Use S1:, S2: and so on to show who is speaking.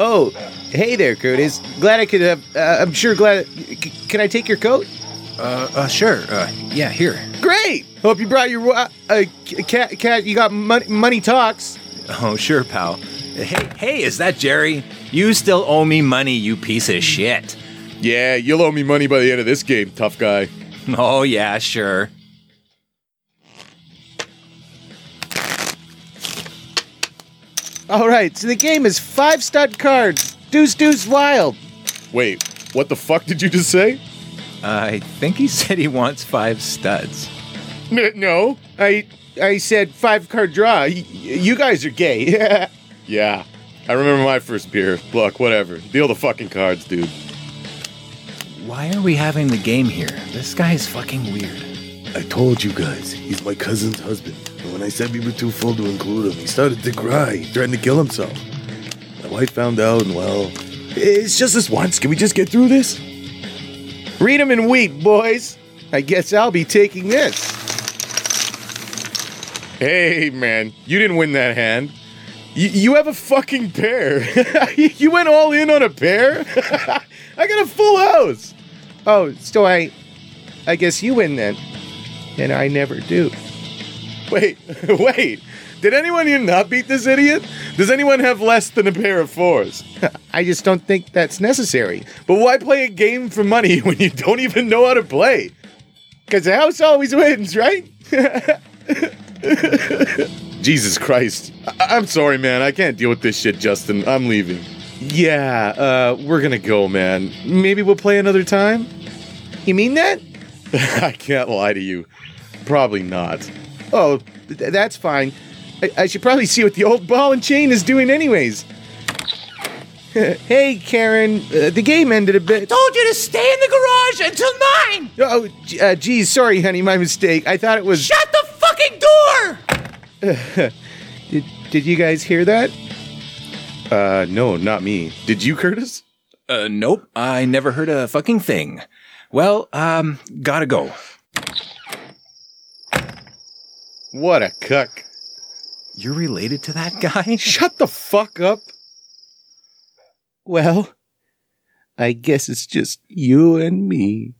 S1: Oh, hey there, Curtis. Glad I could have. Uh, I'm sure glad. C- can I take your coat?
S2: Uh, uh sure. Uh, yeah, here.
S1: Great. Hope you brought your wa- uh, c- cat. Cat, you got money. Money talks.
S2: Oh, sure, pal. Hey, hey, is that Jerry? You still owe me money, you piece of shit.
S3: Yeah, you'll owe me money by the end of this game, tough guy.
S2: Oh, yeah, sure.
S1: All right. So the game is five stud cards. Deuce, deuce, wild.
S3: Wait, what the fuck did you just say?
S2: I think he said he wants five studs.
S3: N- no.
S1: I I said five card draw. Y- you guys are gay. Yeah.
S3: Yeah, I remember my first beer. Look, whatever. Deal the fucking cards, dude.
S2: Why are we having the game here? This guy's fucking weird.
S4: I told you guys, he's my cousin's husband. And when I said we were too full to include him, he started to cry, threatened to kill himself. My wife found out, and well, it's just this once. Can we just get through this?
S1: Read 'em and weep, boys. I guess I'll be taking this.
S3: Hey, man, you didn't win that hand. Y- you have a fucking pair. you went all in on a pair. I got a full house.
S1: Oh, so I, I guess you win then, and I never do.
S3: Wait, wait. Did anyone here not beat this idiot? Does anyone have less than a pair of fours?
S1: I just don't think that's necessary.
S3: But why play a game for money when you don't even know how to play?
S1: Cause the house always wins, right?
S3: Jesus Christ. I- I'm sorry, man. I can't deal with this shit, Justin. I'm leaving. Yeah, uh, we're gonna go, man. Maybe we'll play another time?
S1: You mean that?
S3: I can't lie to you. Probably not.
S1: Oh, th- that's fine. I-, I should probably see what the old ball and chain is doing, anyways. hey, Karen, uh, the game ended a bit.
S5: Told you to stay in the garage until nine.
S1: Oh, g- uh, geez, sorry, honey, my mistake. I thought it was.
S5: Shut the fucking door.
S1: Did, did you guys hear that?
S3: Uh, no, not me. Did you, Curtis?
S2: Uh, nope. I never heard a fucking thing. Well, um, gotta go.
S3: What a cuck.
S2: You're related to that guy?
S3: Shut the fuck up.
S1: Well, I guess it's just you and me.